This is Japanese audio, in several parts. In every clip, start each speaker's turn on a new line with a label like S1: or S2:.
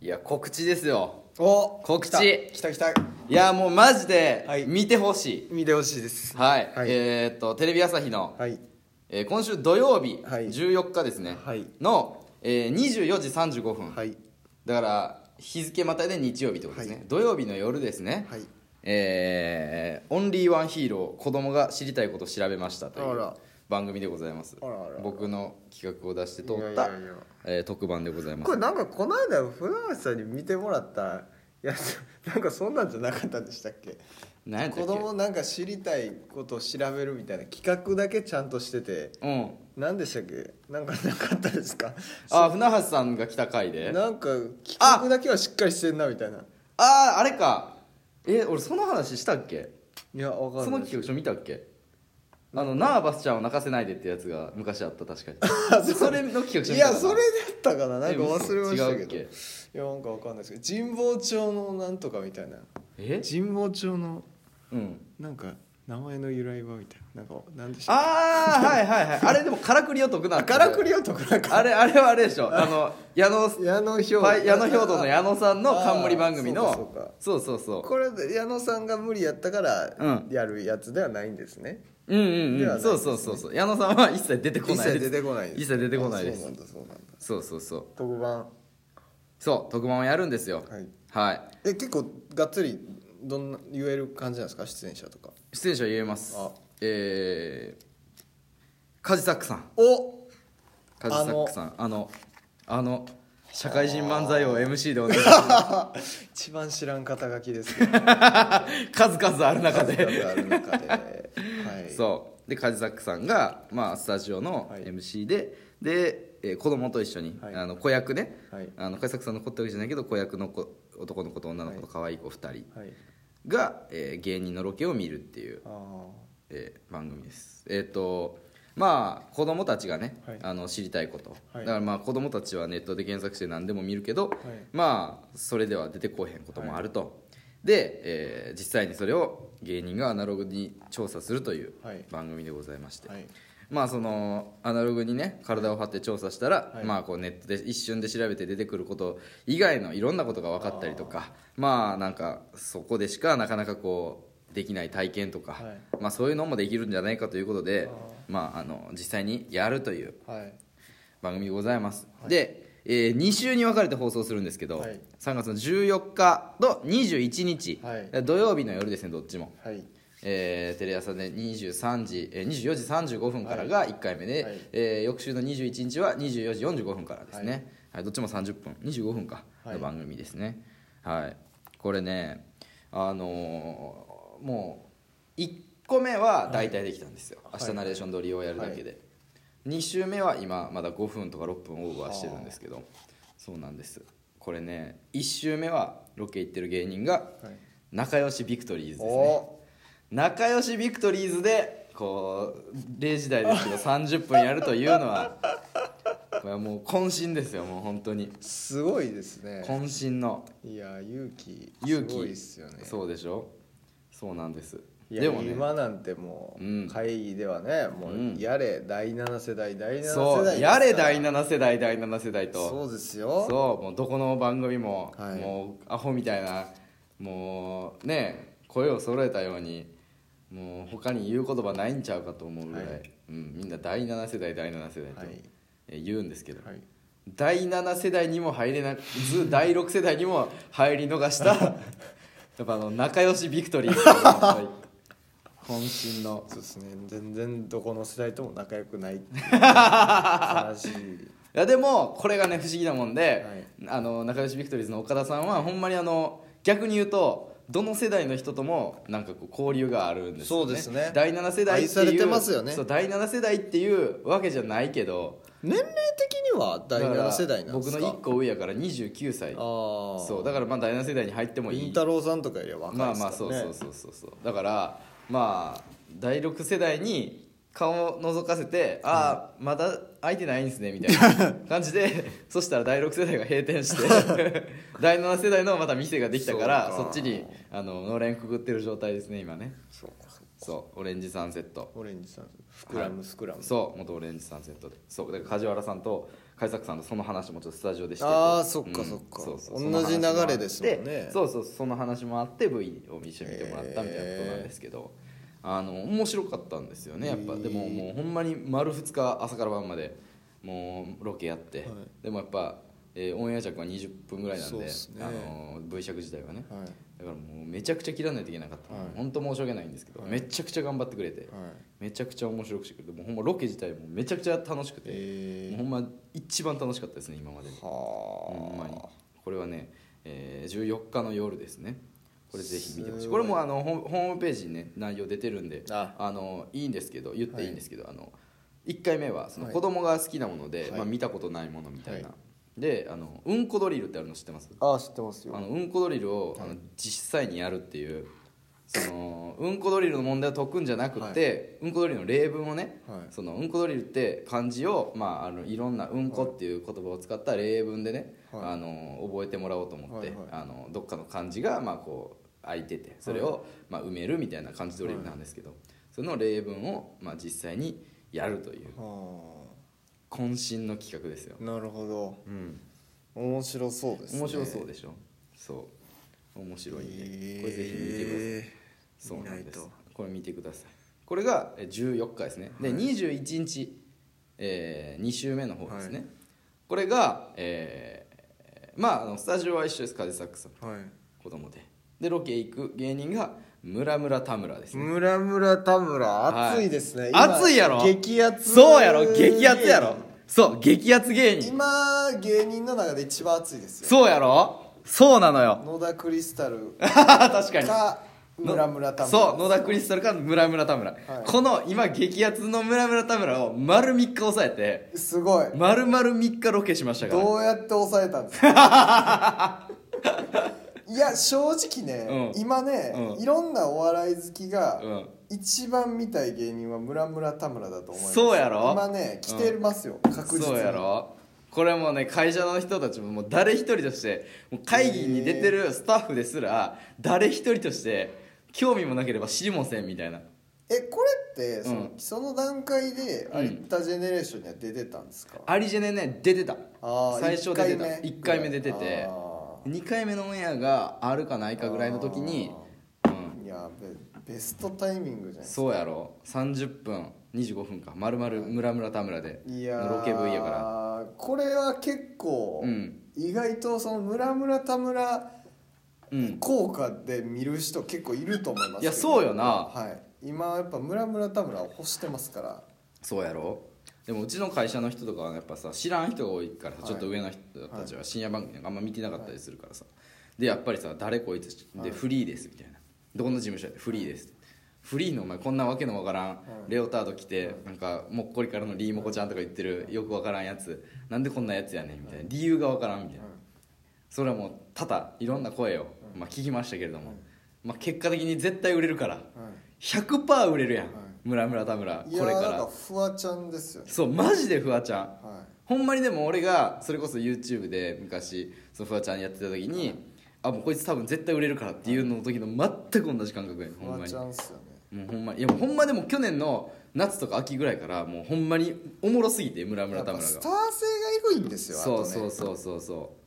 S1: いや告知ですよ
S2: お
S1: 告知
S2: 来た来た来た
S1: いやもうマジで
S2: はい
S1: 見てほし
S2: 見てほしいです
S1: いはい、
S2: はい
S1: えーっとテレビ朝日の、
S2: はい
S1: えー今週土曜日、
S2: はい
S1: 14日ですね、
S2: はい
S1: の、えー24時35分、
S2: はい
S1: だから日付またいで日曜日ってことですね、
S2: はい
S1: 土曜日の夜ですね、
S2: はい
S1: えーオンリーワンヒーロー子供が知りたいことを調べましたとい
S2: あ
S1: う
S2: ら
S1: 番組でございます
S2: あらあら
S1: 僕の企画を出して撮っ
S2: い
S1: た
S2: やいやいや
S1: えー特番でございます
S2: これなんかこの間船橋さんに見てもらったやつ なんかそんなんじゃなかったんでしたっけ
S1: 何やったっ
S2: 子
S1: け
S2: 供なんか知りたいことを調べるみたいな企画だけちゃんとしてて
S1: うん
S2: 何でしたっけなんかなかったですか
S1: あ船橋さんが来た回で
S2: なんか企画だけはしっかりしてんなみたいな
S1: あああれかえ俺その話したっけ
S2: いやわか
S1: そ
S2: んな
S1: の
S2: い
S1: 企画書見たっけあのナーバスちゃんを泣かせないでってやつが昔あった確 かにそれの企画書
S2: い
S1: 見たか
S2: や
S1: な
S2: それだったかななんか忘れました
S1: え
S2: け
S1: 嘘
S2: ど
S1: 違うっ
S2: いやなんかわかんないですけど神保町のなんとかみたいな
S1: え
S2: 神保町の
S1: うん
S2: なんか名前の由来はみたいななんか何でした
S1: ああはいはいはいあれでもからくりお得なん
S2: あ
S1: だ
S2: からくりを解くなんか
S1: あれあれはあれでしょあの矢野
S2: 矢野兵
S1: パイ矢野兵道の矢野さんの冠番組
S2: あーそう
S1: の
S2: かそうか
S1: そうそうそう
S2: これで矢野さんが無理やったから
S1: うん
S2: やるやつではないんですね、
S1: うんうん
S2: で
S1: う
S2: はなんい
S1: そうそうそうそう矢野さんは一切出てこ
S2: 一
S1: ない
S2: 切
S1: です
S2: 出てこない
S1: 一切出てこないで
S2: あそう
S1: す
S2: なんだそうなんだ
S1: そうそうそう
S2: 特番
S1: そう特番をやるんですよ
S2: はい
S1: はい、
S2: え結構がっつりどんな言える感じなんですか出演者とか
S1: 出演者言えます
S2: あ
S1: えー、カジサックさん
S2: お
S1: カジサックさんあのあの社会人漫才を MC でお願いし
S2: 一番知らん肩書きですけど
S1: ます数々ある中で
S2: 数々ある 中で、はい、
S1: そうでカジサックさんが、まあ、スタジオの
S2: はい
S1: MC で、で、えー子供と一緒に、
S2: はい
S1: あの子役ね、
S2: はい
S1: あのカジサックさんの子ってわけじゃないけど子役の子男の子と女の子と
S2: はい
S1: 可愛い子2人
S2: はい
S1: が、えー芸人のロケを見るっていう
S2: あー
S1: えー番組ですえっ、とまあ子供たちがね、
S2: はい
S1: あの知りたいこと、
S2: はい
S1: だからまあ子供たちはネットで検索して何でも見るけど、まあそれでは出てこうへんこともあると、で、えー実際にそれを芸人がアナログに調査するという
S2: はい
S1: 番組でございまして、
S2: はい
S1: まあそのアナログにね体を張って調査したら、
S2: はい
S1: まあこうネットで一瞬で調べて出てくること以外のいろんなことが分かったりとかまあなんかそこでしかなかなかこうできない体験とか、
S2: はい
S1: まあそういうのもできるんじゃないかということで
S2: あ
S1: まああの実際にやるという
S2: はい
S1: 番組でございます、で、え2週に分かれて放送するんですけど、
S2: はい
S1: 3月の14日と21日、
S2: はい
S1: 土曜日の夜ですねどっちも
S2: はい
S1: えーテレ朝で23時、えー24時35分からが1回目で、
S2: はい
S1: えー翌週の21日は24時45分からですね、
S2: は
S1: はいどっちも30分25分か
S2: はい
S1: の番組ですねはい、これねあのーもう1個目は大体できたんですよ、
S2: はい
S1: 明日ナレーション撮りをやるだけで、2週目は今まだ5分とか6分オーバーしてるんですけどそうなんですこれね1週目はロケ行ってる芸人が
S2: はい
S1: 仲良しビクトリーズですね
S2: お
S1: 仲良しビクトリーズでこう0時台ですけど30分やるというのはこれはもう渾身ですよもう本当に
S2: すごいですね
S1: 渾身の
S2: いや勇気
S1: 勇
S2: すごい
S1: 気
S2: ですよね
S1: そうでしょそうなんです
S2: いや
S1: でもね
S2: 今なんても
S1: うん
S2: う会議ではね、
S1: うん
S2: もうやれ第7世代第7世代ですから
S1: そうやれ第7世代第7世代と
S2: そうですよ
S1: そうもうどこの番組も、
S2: はい
S1: もうアホみたいなもうね声を揃えたようにもう他に言う言葉ないんちゃうかと思うぐらい、
S2: はい
S1: うん、みんな第7世代第7世代と、
S2: はい
S1: え言うんですけど、
S2: はい
S1: 第7世代にも入れなく ず第6世代にも入り逃したやっぱあの仲良しビクト リーっていうのがやっぱり渾身の
S2: そうですね全然どこの世代とも仲良くないっていう 悲しい
S1: いやでもこれがね不思議なもんで、
S2: は
S1: あの仲良しビクトリーズの岡田さんはほんまにあの逆に言うとどの世代の人ともなんかこう交流があるんですよね
S2: そうですね
S1: 第7世代っていう
S2: 愛されてますよね
S1: そう第7世代っていうわけじゃないけど
S2: 年齢的には第
S1: だから
S2: 7世代なんですか
S1: 僕の1個上やから29歳
S2: ああ
S1: そうだからまあ第7世代に入ってもい
S2: りん
S1: い
S2: たろうさんとかよりは若い
S1: まあ
S2: ですから、ね、
S1: まあそうそうそうそうそうだからまあ第6世代に顔を覗かせて「ああまだ空いてないんですね」みたい な感じでそしたら第6世代が閉店して 第7世代のまた店ができたから
S2: そう
S1: そ
S2: か
S1: っちにあののれんくぐってる状態ですね今ね
S2: そうかそう
S1: そうオレンジサンセット
S2: オレンジさん膨らむ膨らむ、
S1: そう元オレンジサンセットでそうだから梶原さんと海作さんとその話もちょっとスタジオでしてて
S2: あーそっか
S1: うん
S2: そっか
S1: そうそう
S2: 同
S1: その話
S2: じ
S1: もあって
S2: 流れですもんね
S1: そうそうその話もあって V を一緒に見てもらったみたいなことなんですけど、あの面白かったんですよねやっぱ、
S2: へー
S1: でももうほんまに丸2日朝から晩までもうロケやって、
S2: い
S1: でもやっぱ、えーオンエア尺は20分ぐらいなんで
S2: そうっすね
S1: あの V 尺自体はね、
S2: はい
S1: だからもうめちゃくちゃ切らないといけなかったの、
S2: はい
S1: 本当申し訳ないんですけど、
S2: はい
S1: めちゃくちゃ頑張ってくれて、
S2: はい
S1: めちゃくちゃ面白くしてくれてもうほんまロケ自体もめちゃくちゃ楽しくて、
S2: え
S1: もうほんま一番楽しかったですね今までで
S2: ー、は
S1: ほんまにこれはね、えー14日の夜ですねこれぜひ見てほし
S2: す
S1: い
S2: ごい
S1: これもあのホホームページにね内容出てるんで
S2: あ
S1: あのいいんですけど言っていいんですけど、あの1回目はその
S2: はい
S1: 子供が好きなもので、
S2: はい
S1: まあ、見たことないものみたいな、
S2: は
S1: であのうんこドリルってあるの知ってます
S2: ああ知ってますよ
S1: あのうんこドリルを、あの実際にやるっていうそのうんこドリルの問題を解くんじゃなくて、うんこドリルの例文をね、
S2: はい
S1: そのうんこドリルって漢字を、まあ、あのいろんな「うんこ」っていう言葉を使った例文でね、
S2: はい
S1: あの覚えてもらおうと思って、
S2: はいはい
S1: あのどっかの漢字が、まあ、こう空いててそれを、まあ、埋めるみたいな漢字ドリルなんですけど、その例文を、まあ、実際にやるという
S2: は
S1: 渾身の企画ですよ
S2: あ、なるほど
S1: うん、
S2: 面白そうですね
S1: 面白そう
S2: で
S1: でしょそう面白いんで、
S2: え
S1: これぜひ見てください
S2: え
S1: そうなんです
S2: 見ない
S1: これ見てくださいこれがえ14日ですねで21日、え2週目の方ですね、
S2: は
S1: これが、えーまああのスタジオは一緒です風作さん
S2: ーは
S1: 子供ででロケ行く芸人が村村田村です
S2: い
S1: ね、
S2: ムラムラ田
S1: は
S2: 村
S1: い
S2: 暑いですね、今
S1: 熱いやろ
S2: 激アツ
S1: そうやろ激アツやろそう激アツ芸人
S2: 今芸人の中で一番暑いですよ
S1: そうやろそうなのよ
S2: 野田クリスタル
S1: 確かに
S2: かムラムラ田村
S1: そう野田クリスタルか村村田村、この今激アツの村村田村を丸3日抑えて
S2: すごい
S1: 丸々3日ロケしましたから
S2: ど
S1: ね
S2: うやって抑えたんですか いや正直ね、
S1: うん
S2: 今ね、
S1: うん
S2: いろんなお笑い好きが、
S1: うん
S2: 一番見たい芸人は村村田村だと思います
S1: そうやろ
S2: 今ね来てますよ、確実に
S1: そうやろこれもね会社の人たちももう誰一人としてもう会議に出てるスタッフですら誰一人として興味もなければ知りもせんみたいな
S2: えこれってその,、
S1: う
S2: その段階で
S1: うん
S2: 有田ジェネレーションには出てたんですか、
S1: アリジェネね出てた
S2: あー
S1: 最初出てた
S2: 一回目
S1: 1回目出てて
S2: あ
S1: 2回目のオンエアがあるかないかぐらいの時にうん
S2: いやベベストタイミングじゃないですか
S1: そうやろ30分25分かまるまる村村田村で
S2: いやー
S1: ロケ V やから
S2: これは結構、
S1: うん
S2: 意外とその村村田村
S1: うん
S2: 効果で見る人結構いると思います
S1: いやそうよな
S2: はい今やっぱ村村田村を欲してますから
S1: そうやろでもうちの会社の人とかはやっぱさ知らん人が多いからさ、
S2: はい
S1: ちょっと上の人たちは深夜番組なんかあんま見てなかったりするからさ、でやっぱりさ「誰こいつ」で「フリーです」みたいな「どこの事務所やでフリーです」フリーのお前こんなわけのわからん、レオタード着てなんかもっこりからのリーモコちゃんとか言ってるよくわからんやつなんでこんなやつやねんみたいな理由がわからんみたいなそれはもう多々いろんな声を、まあ、聞きましたけれども、まあ、結果的に絶対売れるから100%売れるやん、村村田村こ
S2: い
S1: れ
S2: や
S1: か
S2: ー
S1: ら
S2: なんかフワちゃんですよね
S1: そうマジでフワちゃん
S2: は
S1: ほんまにでも俺がそれこそ YouTube で昔そのフワちゃんやってた時に、あもうこいつ多分絶対売れるからっていうのの時の全く同じ感覚やね
S2: い
S1: ほ
S2: フ
S1: ん
S2: ワ
S1: まに
S2: ちゃ
S1: も
S2: んっすよね
S1: うほんまにいやほんまでも去年の夏とか秋ぐらいからもうほんまにおもろすぎて村村
S2: やっ
S1: 田
S2: ぱ
S1: 村
S2: ス
S1: が
S2: ター性がエグいんですよ
S1: そう
S2: あと
S1: そ
S2: ね
S1: うそうそうそう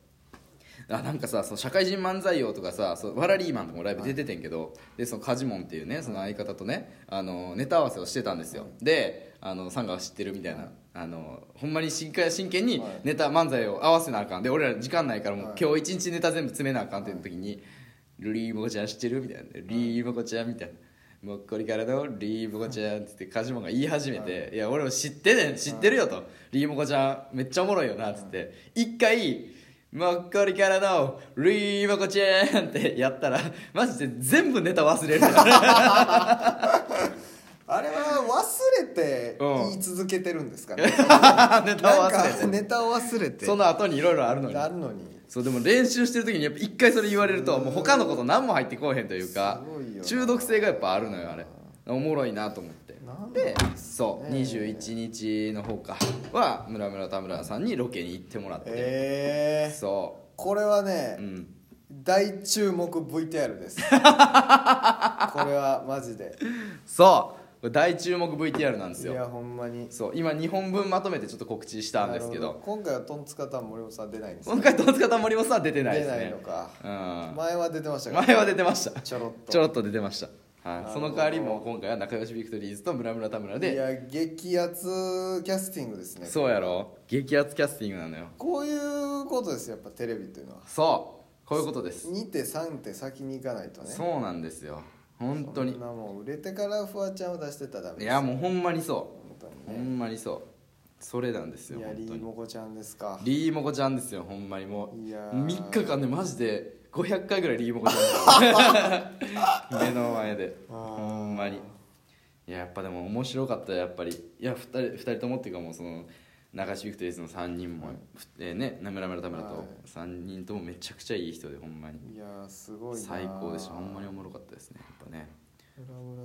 S1: あなんかさその社会人漫才王とかさそうワラリーマンとかもライブ出ててんけど、でそのカジモンっていうねその相方とねあのネタ合わせをしてたんですよ、であのサンガは知ってるみたいな、あのほんまに真剣真剣にネタ漫才を合わせなあかんで俺ら時間ないからもう、今日一日ネタ全部詰めなあかんっていう時に「リーモコちゃん知ってる?」みたいな「リーモコちゃん」みたいな。もっこりからのリーモコちゃんって言ってカジモンが言い始めて「いや俺も知ってねん知ってるよ」と「リーモコちゃんめっちゃおもろいよな」っつって一回「もっこりからのリーモコちゃん」ってやったらマジで全部ネタ忘れる から
S2: あれは忘れて
S1: うん
S2: 言い続けてるんですかね、
S1: ネタを
S2: なん
S1: 忘
S2: か
S1: れて
S2: ネタを忘れて
S1: その後にいろいろあるのに
S2: なるのに
S1: そうでも練習してる時にやっぱ一回それ言われるともう他のこと何も入ってこうへんというか
S2: すごいよな
S1: 中毒性がやっぱあるのよあれおもろいなと思って
S2: なんだ
S1: でそう21日の方かは村村田村さんにロケに行ってもらって
S2: えー、
S1: そ
S2: これはね、
S1: ううん
S2: 大注目 VTR ですこれはマジで
S1: そうこれ大注目 VTR なんです
S3: いや
S1: よ
S3: ほんまに
S1: そう今2本分まとめてちょっと告知したんですけ
S2: なる
S1: ど
S2: ほ今回はトンツカタン森本さん出ないんですね
S1: 今回トンツカタン森本さんは出てないで
S2: 出
S1: す
S2: ない
S1: ね
S2: のか
S1: うん
S2: 前は出てましたから
S1: 前は出てました
S2: ちょろっと
S1: ちょろっと出てました、
S2: な
S1: は
S2: る
S1: い、
S2: ほど
S1: その代わりもう今回は仲良しビクトリーズと村村田村
S2: い
S1: で
S2: や激アツキャスティングですね
S1: そうやろ激アツキャスティングなのよ
S2: こういうことですよやっぱテレビというのは
S1: そうこういうことです
S2: 2手3手先に行かないとね
S1: そうなんですよ本当
S2: そ
S1: に
S2: んなもう売れてからフワちゃんを出してたらダメ
S1: い
S2: です
S1: やもうほんまにそ
S2: 本当
S1: うほ
S2: にね
S1: んまにそうそれなんですよ
S2: いや
S1: 本
S2: リ
S1: 当
S2: ー
S1: に
S2: モコちゃんですか
S1: リーモコちゃんですよほんまにもう
S2: いやー
S1: 3日間でマジで500回ぐらいリーモコちゃ ん目の前で
S2: あー
S1: ほんまにいややっぱでも面白かったよやっぱりいや2人二人ともっていうかもうその流しビクトリーズの3人も、えーねなむらむらたむら
S2: は
S1: と
S2: い
S1: 3人ともめちゃくちゃいい人でほんまに
S2: いやーすごいな
S1: 最高でしたほんまにおもろかったですねやっぱね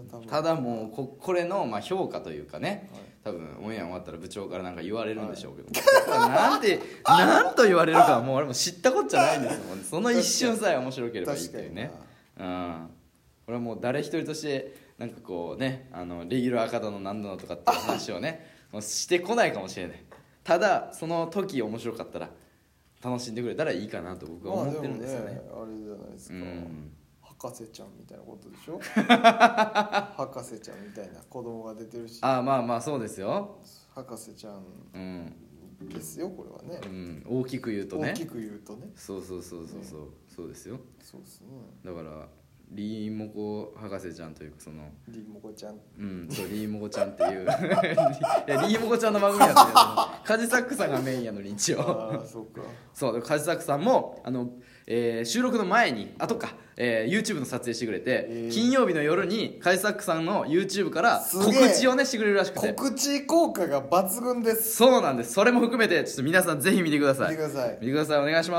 S2: 村村
S1: ただもうここれのまあ評価というかね、
S2: はい
S1: 多分オンエア終わったら部長からなんか言われるんでしょうけど、なんてなんと言われるかはもう俺も知ったこっちゃないんですもんねその一瞬さえ面白ければいいっていうねうんこれはもう誰一人としてなんかこうねあのレギュラー方の何度のとかっていう話をね もうしてこないかもしれないただその時面白かったら楽しんでくれたらいいかなと僕は
S2: まあ
S1: 思
S2: で
S1: ってる
S2: も
S1: ん
S2: ね
S1: ですよね,、
S2: あれじゃないですか
S1: うん
S2: 博士ちゃんみたいなことでし ょ博士ちゃんみたいな子供が出てるし
S1: ああまあまあそうですよ
S2: 博士ちゃん
S1: うん
S2: ですよこれは
S1: う
S2: ね
S1: ん、大きく言うとね
S2: 大きく言うとね
S1: そうそうそうそうそう、そうですよ
S2: そう ですね
S1: だからリーモコ博士ちゃんというかその
S2: リモコちゃん
S1: うんそうリーモコちゃんっていう いやリーモコちゃんの番組やったけどカジサックさんがメインやのに一応
S2: ああそう か
S1: そうでカジサックさんもあの、えー収録の前にあとか、えー YouTube の撮影してくれて、
S2: えー
S1: 金曜日の夜にカジサックさんの YouTube から
S2: す
S1: 告
S2: げえ
S1: 知をねしてくれるらしくて
S2: 告知効果が抜群です
S1: そうなんですそれも含めてちょっと皆さんぜひ見てくだ
S2: 見
S1: さ
S2: て
S1: い
S2: ください
S1: 見てくださいお願いします